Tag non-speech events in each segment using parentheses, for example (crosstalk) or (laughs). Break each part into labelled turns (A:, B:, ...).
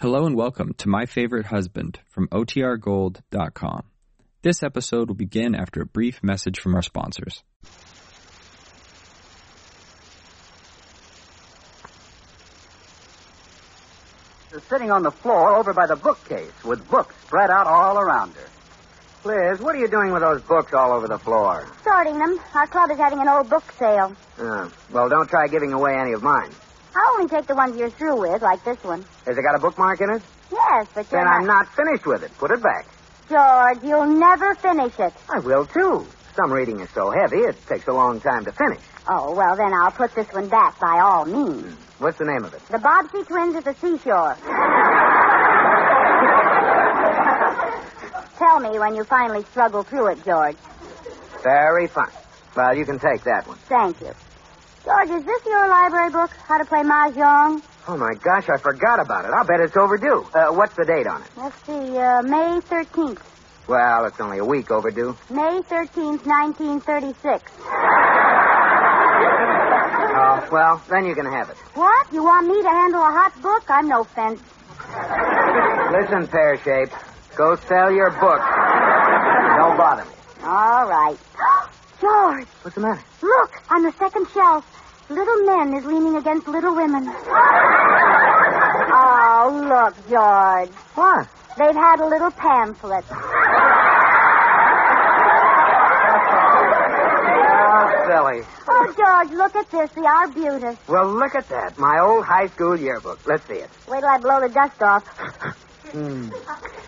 A: Hello and welcome to My Favorite Husband from OTRGold.com. This episode will begin after a brief message from our sponsors.
B: is sitting on the floor over by the bookcase with books spread out all around her. Liz, what are you doing with those books all over the floor?
C: Sorting them. Our club is having an old book sale.
B: Uh, well, don't try giving away any of mine.
C: I'll only take the ones you're through with, like this one.
B: Has it got a bookmark in it?
C: Yes, but you're
B: Then I'm not finished with it. Put it back.
C: George, you'll never finish it.
B: I will, too. Some reading is so heavy, it takes a long time to finish.
C: Oh, well, then I'll put this one back by all means.
B: What's the name of it?
C: The Bobbsey Twins at the Seashore. Tell me when you finally struggle through it, George.
B: Very fun. Well, you can take that one.
C: Thank you. George, is this your library book, How to Play Mahjong?
B: Oh, my gosh, I forgot about it. I'll bet it's overdue. Uh, what's the date on it?
C: Let's see, uh, May 13th.
B: Well, it's only a week overdue.
C: May 13th, 1936.
B: Oh, well, then you can have it.
C: What? You want me to handle a hot book? I'm no fence.
B: Listen, Pear Shape, go sell your book. Don't bother me.
C: All right. (gasps) George,
B: What's the matter?
C: look, on the second shelf, Little Men is leaning against Little Women. oh, look, George.
B: What?
C: They've had a little pamphlet.
B: Oh, silly.
C: Oh, George, look at this, the Arbutus.
B: Well, look at that. My old high school yearbook. Let's see it.
C: Wait till I blow the dust off.
B: Hmm.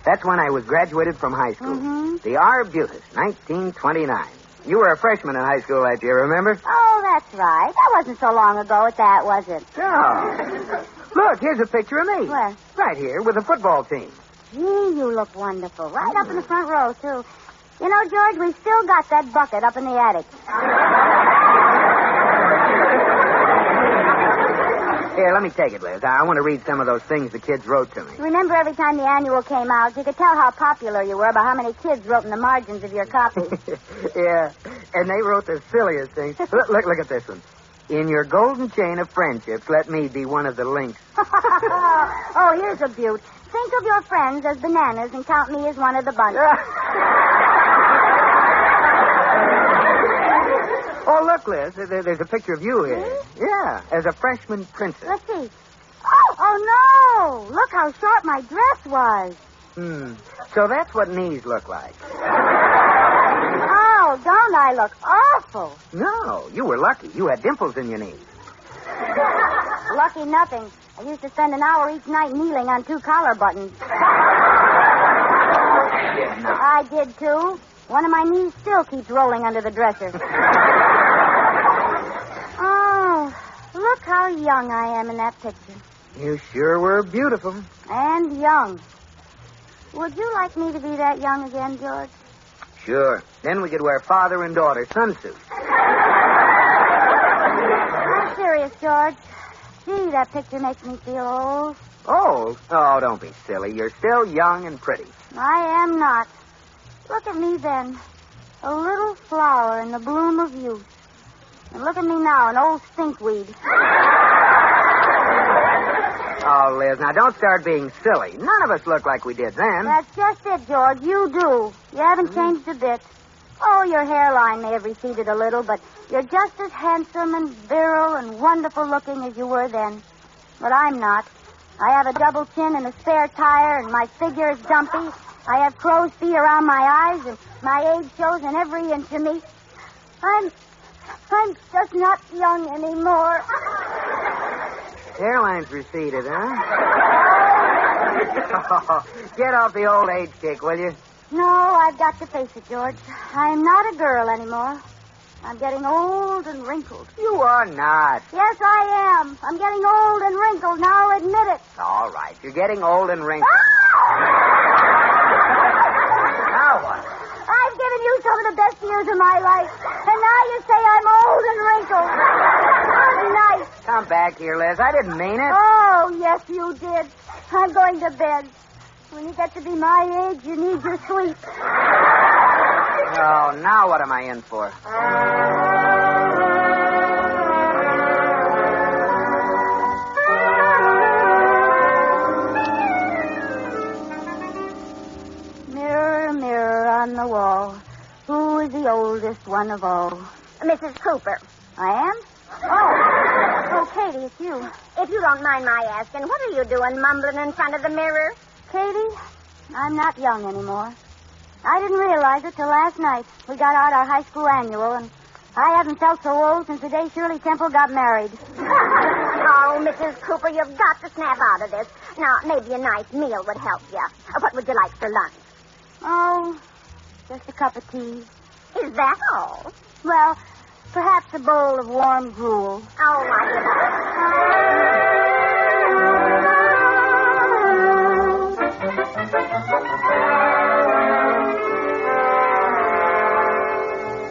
B: That's when I was graduated from high school.
C: Mhm.
B: The Arbutus, 1929. You were a freshman in high school that year, remember?
C: Oh, that's right. That wasn't so long ago at that, was it?
B: No. Look, here's a picture of me.
C: Where?
B: Right here with the football team.
C: Gee, you look wonderful. Right up in the front row, too. You know, George, we've still got that bucket up in the attic.
B: Here, let me take it, Liz. I I want to read some of those things the kids wrote to me.
C: Remember every time the annual came out, you could tell how popular you were by how many kids wrote in the margins of your copies.
B: (laughs) yeah, and they wrote the silliest things. Look, look, look at this one. In your golden chain of friendships, let me be one of the links.
C: (laughs)
B: (laughs)
C: oh, here's a beaut. Think of your friends as bananas and count me as one of the
B: (laughs)
C: bunch.
B: oh, look, Liz, there, there's a picture of you here. Yeah, as a freshman princess.
C: Let's see. Oh, oh no! Look how short my dress was.
B: Hmm. So that's what knees look like.
C: Oh, don't I look awful?
B: No, you were lucky. You had dimples in your knees.
C: Lucky nothing. I used to spend an hour each night kneeling on two collar buttons. I did too. One of my knees still keeps rolling under the dresser. oh, look how young I am in that picture.
B: You sure were beautiful.
C: And young. Would you like me to be that young again, George?
B: Sure. Then we could wear father and daughter sunsuits.
C: I'm serious, George. Gee, that picture makes me feel old.
B: Old? Oh, don't be silly. You're still young and pretty.
C: I am not. Look at me then. A little flower in the bloom of youth. And look at me now, an old stinkweed.
B: Oh, Liz, now don't start being silly. None of us look like we did then.
C: That's just it, George. You do. You haven't changed a bit. Oh, your hairline may have receded a little, but you're just as handsome and virile and wonderful looking as you were then. But I'm not. I have a double chin and a spare tire, and my figure is dumpy. I have crow's feet around my eyes, and my age shows in every inch of me. I'm, I'm just not young anymore.
B: Hairline's receded, huh? (laughs) get off the old age kick, will you?
C: No, I've got to face it, George. I'm not a girl anymore. I'm getting old and wrinkled.
B: You are not.
C: Yes, I am. I'm getting old and wrinkled now. I'll admit it.
B: All right, you're getting old and wrinkled.
C: Ah!
B: Now what?
C: I've given you some of the best years of my life, and now you say I'm old and wrinkled. Good night.
B: Come back here, Liz. I didn't mean it.
C: Oh, yes, you did. I'm going to bed. When you get to be my age, you need your sleep.
B: Oh, now what am I in for?
C: you're the oldest one of all.
D: Mrs. Cooper.
C: I am? Oh. Oh, Katie, it's you.
D: If you don't mind my asking, what are you doing mumbling in front of the mirror?
C: Katie, I'm not young anymore. I didn't realize it till last night. We got out our high school annual, and I haven't felt so old since the day Shirley Temple got married.
D: oh, Mrs. Cooper, you've got to snap out of this. Now, maybe a nice meal would help you. Uh, What would you like for lunch?
C: Oh, just a cup of tea.
D: Is that all?
C: Well, perhaps a bowl of warm gruel.
D: Oh, my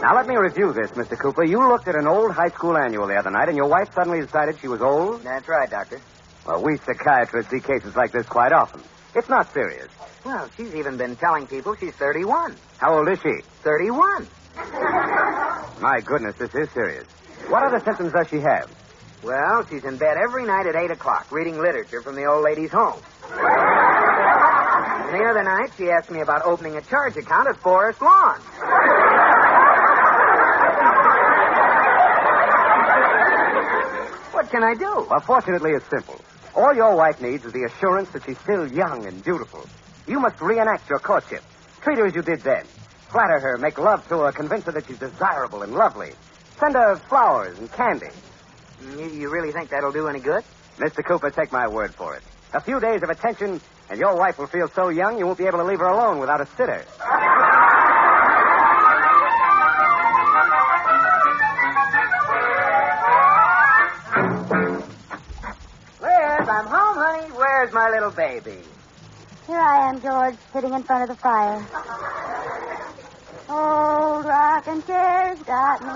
E: Now, let me review this, Mr. Cooper. You looked at an old high school annual the other night, and your wife suddenly decided she was old? That's right, Doctor. Well, we psychiatrists see cases like this quite often. It's not serious.
B: Well, she's even been telling people she's 31.
E: How old is she?
B: 31.
E: (laughs) My goodness, this is serious. What other symptoms does she have?
B: Well, she's in bed every night at 8 o'clock reading literature from the old
E: (laughs)
B: lady's home. and the other night, she asked me about opening a charge account at Forest Lawn. what can I do?
E: Well, fortunately, it's simple. All your wife needs is the assurance that she's still young and beautiful. You must reenact your courtship. Treat her as you did then. Flatter her, make love to her, convince her that she's desirable and lovely. Send her flowers and candy.
B: Mm, You, you really think that'll do any good?
E: Mr. Cooper, take my word for it. A few days of attention, and your wife will feel so young you won't be able to leave her alone without a sitter.
B: Liz, I'm home, honey. Where's my little baby?
C: Here I am, George, sitting in front of the fire. Old rocking chair's got me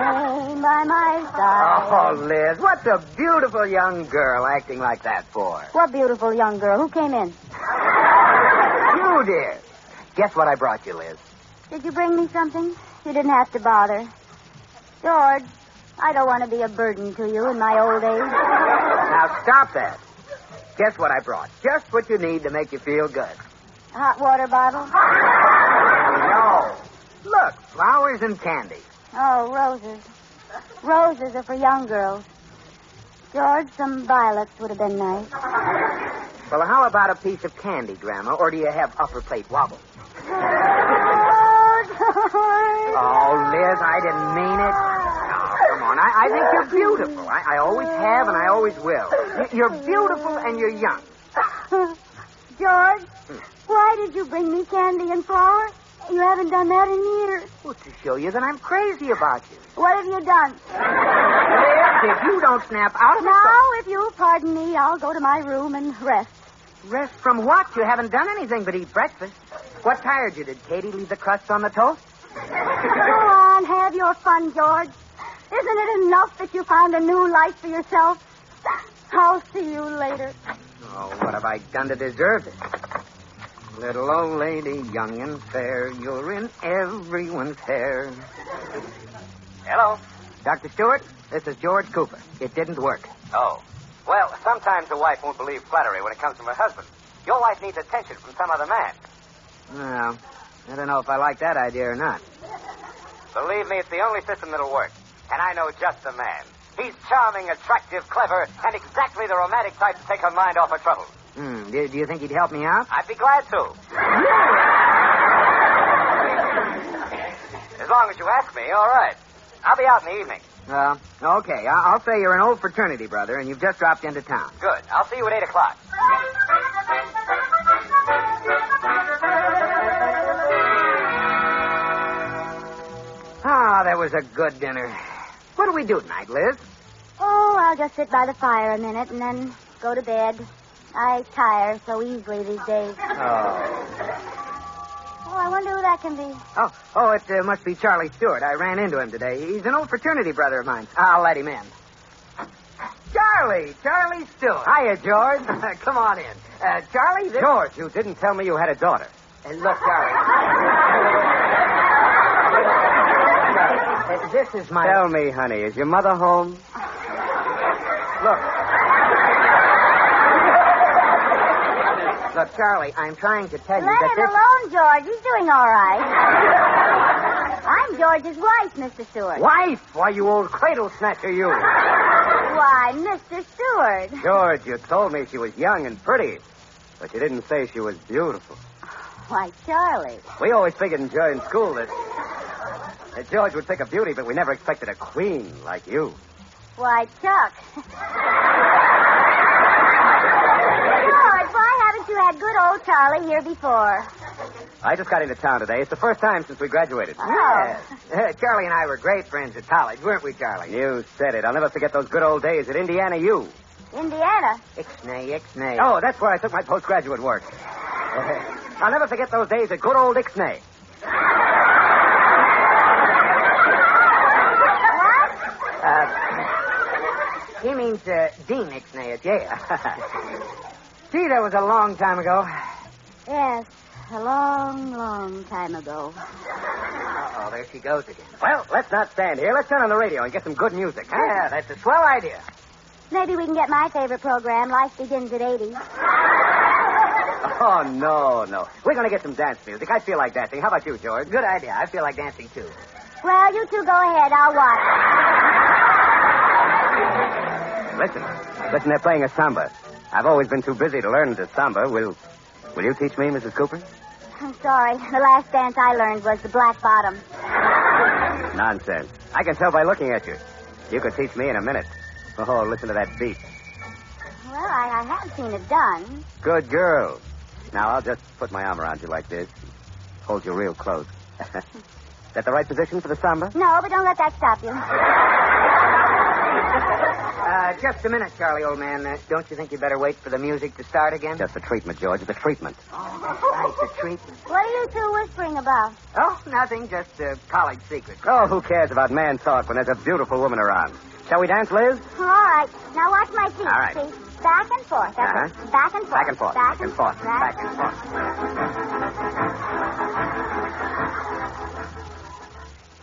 C: laying by my side.
B: Oh, Liz, what's a beautiful young girl acting like that for?
C: What beautiful young girl. Who came in?
B: You did. Guess what I brought you, Liz?
C: Did you bring me something? You didn't have to bother. George, I don't want to be a burden to you in my old age.
B: Now stop that. Guess what I brought? Just what you need to make you feel good.
C: Hot water bottle?
B: No. Look, flowers and candy.
C: Oh, roses. Roses are for young girls. George, some violets would have been nice.
B: Well, how about a piece of candy, Grandma? Or do you have upper plate wobble?
C: Oh, George.
B: Oh, Liz, I didn't mean it. Oh, come on. I, I think you're beautiful. I, I always have and I always will. Y- You're beautiful and you're young.
C: George, why did you bring me candy and flowers? You haven't done that in years.
B: Well, to show you that I'm crazy about you.
C: What have you done?
B: Liz, if you don't snap out of
C: Now,
B: it,
C: if you'll pardon me, I'll go to my room and rest.
B: rest from what? You haven't done anything but eat breakfast. What tired you? Did Katie leave the crust on the toast?
C: go on, have your fun, George. Isn't it enough that you found a new life for yourself? I'll see you later.
B: Oh, what have I done to deserve it? Little old lady, young and fair, you're in everyone's hair.
E: Hello?
B: Dr. Stewart, this is George Cooper. It didn't work.
E: Oh. Well, sometimes a wife won't believe flattery when it comes from her husband. Your wife needs attention from some other man.
B: Well, I don't know if I like that idea or not.
E: Believe me, it's the only system that'll work. And I know just the man. He's charming, attractive, clever, and exactly the romantic type to take her mind off her troubles.
B: Hmm, do, do you think he'd help me out?
E: I'd be glad
B: (laughs)
E: to. as long as you ask me, all right. I'll be out in the evening.
B: Well, okay. I- I'll say you're an old fraternity brother, and you've just dropped into town.
E: Good. I'll see you at 8 o'clock.
B: Ah, that was a good dinner. What do we do tonight, Liz?
C: Oh, I'll just sit by the fire a minute and then go to bed. I tire so easily these days.
E: (laughs)
B: Oh.
C: Oh, I wonder who that can be.
B: Oh, oh, it uh, must be Charlie Stewart. I ran into him today. He's an old fraternity brother of mine. I'll let him in. Charlie, Charlie Stewart. Hiya, George. (laughs) Come on in. Uh, Charlie, this...
E: George, you didn't tell me you had a daughter.
B: Uh, look, Charlie.
E: (laughs)
B: Uh, this is my...
E: Tell me, honey, is your mother home?
B: Look, Charlie, I'm trying to tell you
C: Let
B: that
C: him
B: this...
C: alone, George. He's doing all right. I'm George's wife, Mr. Stewart.
B: Wife? Why, you old cradle snatcher, you.
C: Why, Mr. Stewart.
B: George, you told me she was young and pretty, but you didn't say she was beautiful.
C: Why, Charlie.
B: We always figured in during school that, that George would pick a beauty, but we never expected a queen like you.
C: Why, Chuck. George, why haven't you had good old Charlie here before?
B: I just got into town today. It's the first time since we graduated.
F: Yes. Oh. Charlie and I were great friends at college, weren't we, Charlie?
B: You said it. I'll never forget those good old days at Indiana U.
C: Indiana.
F: Ixnay, Ixnay.
B: Oh, that's where I took my postgraduate work. I'll never forget those days at good old Ixnay. Uh,
F: He means uh, Dean Ixnay at Yale.
B: (laughs)
F: Gee, that was a long time ago.
C: Yes, a long, long time ago.
F: Uh-oh, there she goes again.
B: Well, let's not stand here. Let's turn on the radio and get some good music. huh?
F: Yeah, that's a swell idea.
C: Maybe we can get my favorite program, Life Begins at 80.
B: Oh, no, no. We're going to get some dance music. I feel like dancing. How about you, George?
F: Good idea. I feel like dancing, too.
C: Well, you two go ahead. I'll watch.
B: Listen. Listen, they're playing a samba. I've always been too busy to learn the samba. Will, will you teach me, Mrs. Cooper?
C: I'm sorry. The last dance I learned was the Black Bottom.
B: Nonsense. I can tell by looking at you. You could teach me in a minute. Oh, listen to that beat.
C: Well, I, I have seen it done.
B: Good girl. Now, I'll just put my arm around you like this. Hold you real close. (laughs) Is that the right position for the samba?
C: No, but don't let that stop you.
F: Uh, just a minute, Charlie, old man. Uh, don't you think you better wait for the music to start again?
B: Just the treatment, George. The treatment.
F: Oh, that's right, the treatment.
C: What are you two whispering about?
F: Oh, nothing, just a college secret.
B: Oh, who cares about man talk when there's a beautiful woman around? Shall we dance, Liz?
C: All right. Now watch my feet.
B: All right.
C: See? Back and forth. That's
B: Uh-huh.
C: it. Back and forth.
B: Back and forth. Back and forth.
C: (laughs)
B: Back and forth. (laughs)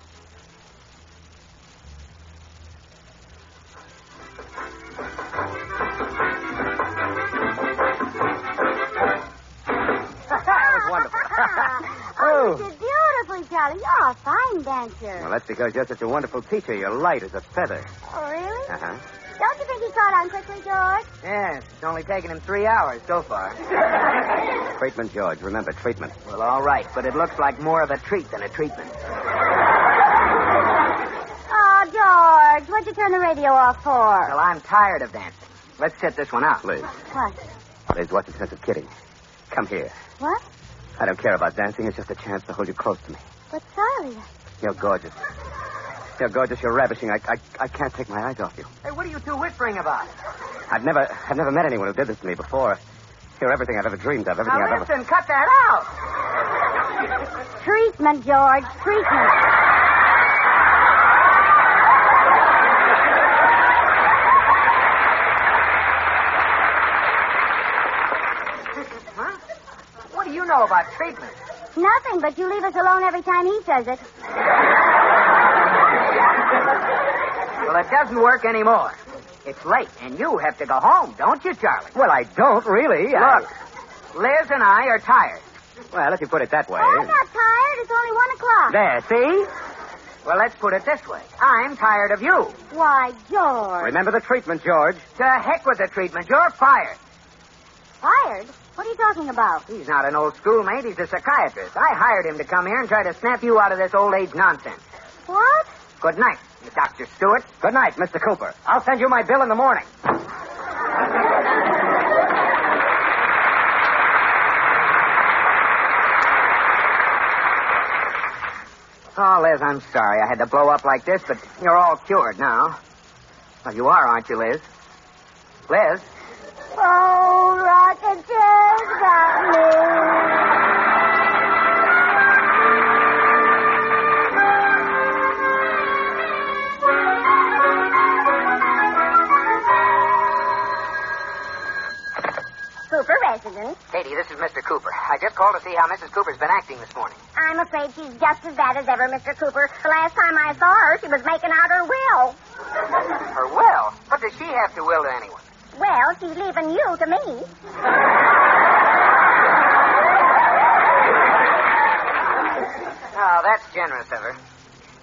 B: That
F: (laughs)
B: was wonderful. (laughs)
C: oh,
B: Oh. (laughs)
C: you did beautifully, Charlie. You're a fine dancer.
B: Well, that's because you're such a wonderful teacher. You're light as a feather.
C: oh, really?
B: Uh huh.
C: Don't you think he caught on quickly, George?
F: Yes, it's only taken him three hours so (laughs) far.
B: Treatment, George. Remember, treatment.
F: Well, all right, but it looks like more of a treat than a treatment.
C: Oh, George, what'd you turn the radio off for?
F: Well, I'm tired of dancing. Let's set this one out.
B: Liz.
C: What?
B: Liz, what's the sense of kidding? Come here.
C: What?
B: I don't care about dancing. It's just a chance to hold you close to me.
C: But, Charlie,
B: You're gorgeous. You're gorgeous. You're ravishing. I, I, I can't take my eyes off you.
F: Hey, what are you two whispering about?
B: I've never, I've never met anyone who did this to me before. You're everything I've ever dreamed of. Everything
F: Now
B: I've ever.
F: listen, cut that out.
C: treatment, George, treatment.
F: Huh? What do you know about treatment?
C: Nothing, but you leave us alone every time he says it.
F: Well, it doesn't work anymore. It's late, and you have to go home, don't you, Charlie?
B: Well, I don't really. I-
F: Look, Liz and I are tired.
B: Well, if you put it that way.
C: Oh, I'm not tired. It's only one o'clock.
B: There, see?
F: Well, let's put it this way. I'm tired of you.
C: Why, George.
B: Remember the treatment, George.
F: To heck with the treatment. You're fired.
C: Fired? What are you talking about?
F: He's not an old schoolmate. He's a psychiatrist. I hired him to come here and try to snap you out of this old age nonsense.
C: What?
F: Good night, Dr. Stewart.
B: Good night, Mr. Cooper. I'll send you my bill in the morning.
F: Oh, Liz, I'm sorry I had to blow up like this, but you're all cured now. Well, you are, aren't you, Liz? Liz?
C: Oh, rocket has got me.
D: Cooper residence.
F: Katie, this is Mr. Cooper. I just called to see how Mrs. Cooper's been acting this morning.
D: I'm afraid she's just as bad as ever, Mr. Cooper. The last time I saw her, she was making out her will.
F: Her will? What does she have to will to anyone?
D: Well, she's leaving you to me.
F: Oh, that's
B: That's generous of her.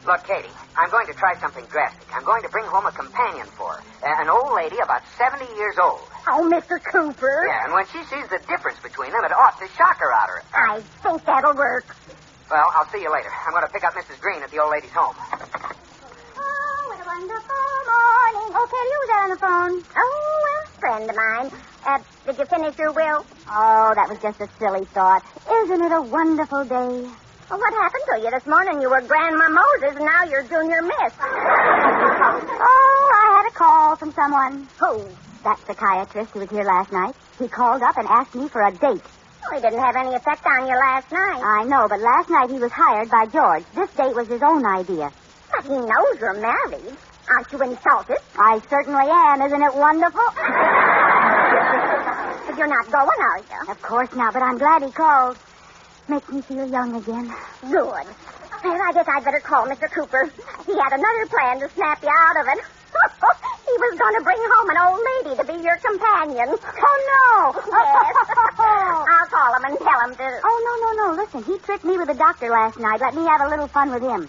B: Look, Katie, I'm going to try something drastic. I'm going to bring home a companion for her, a- an old lady about 70 years old.
C: Oh, Mr. Cooper.
B: Yeah, and when she sees the difference between them, it ought to shock her out of it.
C: I think that'll work.
B: Well, I'll see you later. I'm going to pick up Mrs. Green at the old lady's home.
G: Oh, what a wonderful morning. Oh, Katie, who was that on the phone?
C: Oh, a friend of mine. Uh, did you finish your will?
G: Oh, that was just a silly thought. Isn't it a wonderful day?
C: Well, what hhappened to you this morning? You were Grandma Moses, and now you're Junior (laughs) Miss.
G: Oh, I had a call from someone. Who? That psychiatrist who was here last night. He called up and asked me for a date.
C: Well, he didn't have any effect on you last night.
G: I know, but last night he was hired by George. This date was his own idea.
C: But he knows you're married. Aren't you insulted?
G: I certainly am. Isn't it wonderful?
C: (laughs) But you're not going, are you?
G: Of course not, but I'm glad he called. Makes me feel young again.
C: Good. Well, I guess I'd better call Mr. Cooper. He had another plan to snap you out of it. (laughs) he was going to bring home an old lady to be your companion. Oh, no. Yes.
G: (laughs)
C: I'll call him and tell him to.
G: Oh, no, no, no. Listen, he tricked me with the doctor last night. Let me have a little fun with him.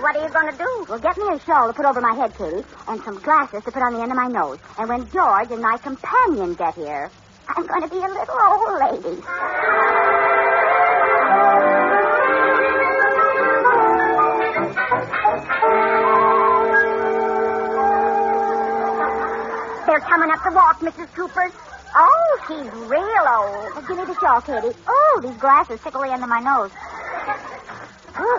C: What are you going to do?
G: Well, get me a shawl to put over my head, Katie, and some glasses to put on the end of my nose. And when George and my companion get here, I'm going to be a little old lady.
C: They're coming up the walk, Mrs. Cooper. Oh, she's real old.
G: Now, give me the shawl, Katie. Oh, these glasses tickle the end of my nose.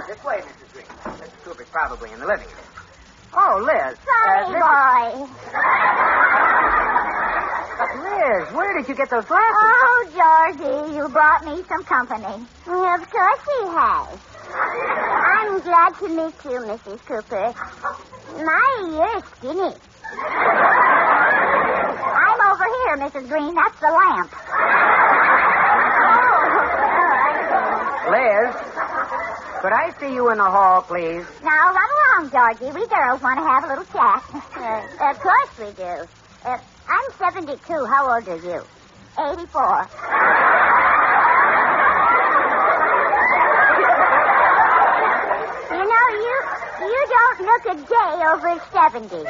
B: This way, Mrs. Green. Mrs. Cooper's probably in the living room. Oh, Liz.
C: Sonny
B: Liz,
C: boy.
B: Liz, where did you get those glasses?
G: Oh, Georgie, you brought me some company.
C: Of course he has. I'm glad to meet you, Mrs. Cooper. My, you're skinny.
G: I'm over here, Mrs. Green. That's the lamp. Oh,
B: Liz, could I see you in the hall, please?
G: Now, run along, Georgie. We girls want to have a little chat.
C: Uh, of course we do. Uh, I'm 72. How old are you? 84. you know, you you don't look a day over 70.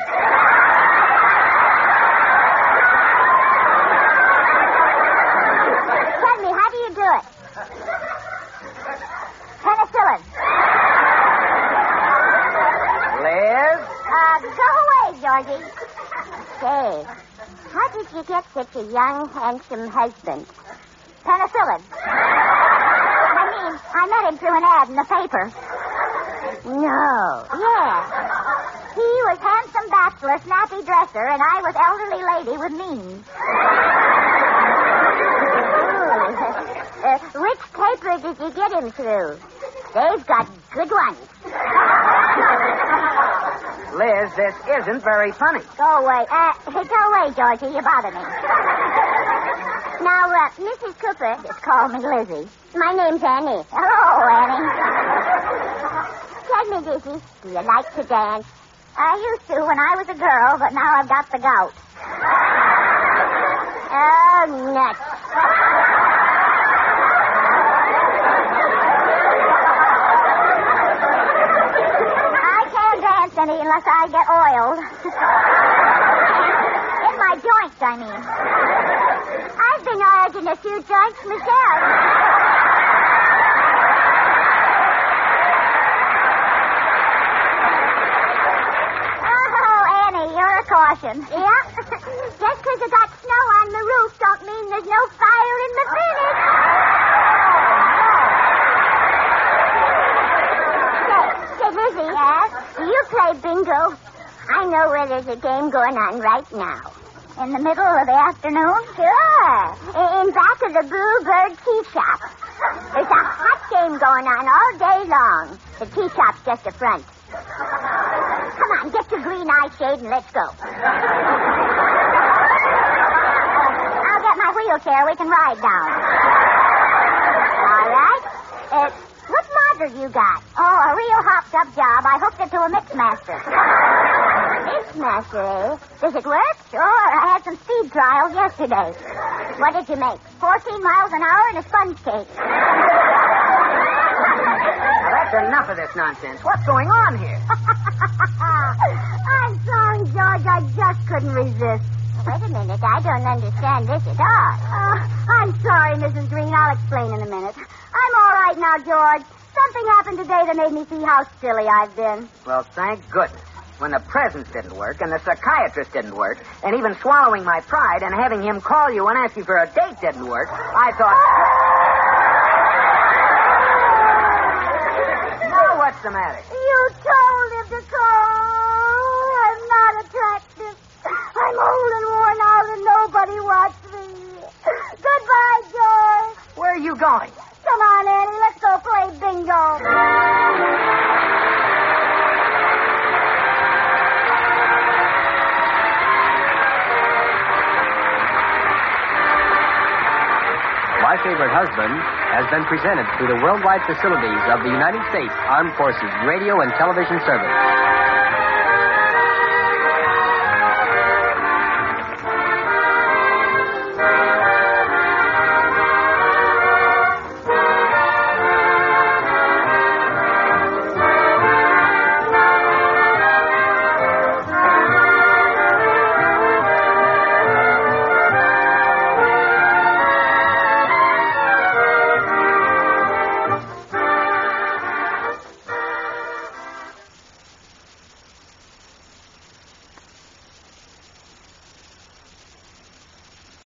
C: Tell me, how do you do it? Penicillin.
B: Liz?
C: Uh, go away, Georgie. Say, how did you get such a young, handsome husband? Penicillin.
G: I mean, I met him through an ad in the paper.
C: No.
G: Yeah. He was handsome bachelor, snappy dresser, and I was elderly lady with means.
C: (laughs) Uh, which paper did you get him through? They've got good ones.
B: Liz, this isn't very funny.
G: Go away. Uh, (laughs) go away, Georgie. You bother me.
C: Now, uh, Mrs. Cooper,
G: Just call me Lizzie.
C: my name's Annie.
G: Hello, Annie.
C: Tell me, Lizzie, do you like to dance?
G: I used to when I was a girl, but now I've got the gout.
C: Oh, nuts.
G: I can't dance any unless I get oiled. In my joints, I mean. I've been oiled in a few joints myself. Oh, Annie, you're a caution. Yeah? (laughs) Just because you got snow on the roof don't mean there's no fire in the furnace.
C: Say, say, Lizzie. Yes? Do you play bingo? I know where there's a game going on right now.
G: In the middle of the afternoon?
C: Sure. I- In back of the Bluebird Tea Shop. There's a hot game going on all day long. The tea shop's just a front. Come on, get your green eye shade and let's go.
G: I'll get my wheelchair. We can ride down.
C: All right. Uh, what model you got?
G: Oh, a real hopped up job. I hooked it to a
C: (laughs)
G: mixmaster.
C: This master, eh?
G: Does it work? Sure. I had some speed trials yesterday.
C: What did you make?
G: 14 miles an hour and a sponge cake.
B: Now, that enough of this nonsense. What's going on here?
C: (laughs) I'm sorry, George. I just couldn't resist.
H: Wait a minute. I don't understand this at all.
C: Uh, I'm sorry, Mrs. Green. I'll explain in a minute. I'm all right now, George. Something happened today that made me see how silly I've been.
B: Well, thank goodness. When the presents didn't work and the psychiatrist didn't work, and even swallowing my pride and having him call you and ask you for a date didn't work, I thought. now what's the matter?
C: You told him to call. I'm not attractive. I'm old and worn out, and nobody wants me. Goodbye, George.
B: Where are you going?
C: Come on, Annie. Let's go play bingo.
I: My Favorite Husband has been presented through the worldwide facilities of the United States Armed Forces Radio and Television Service.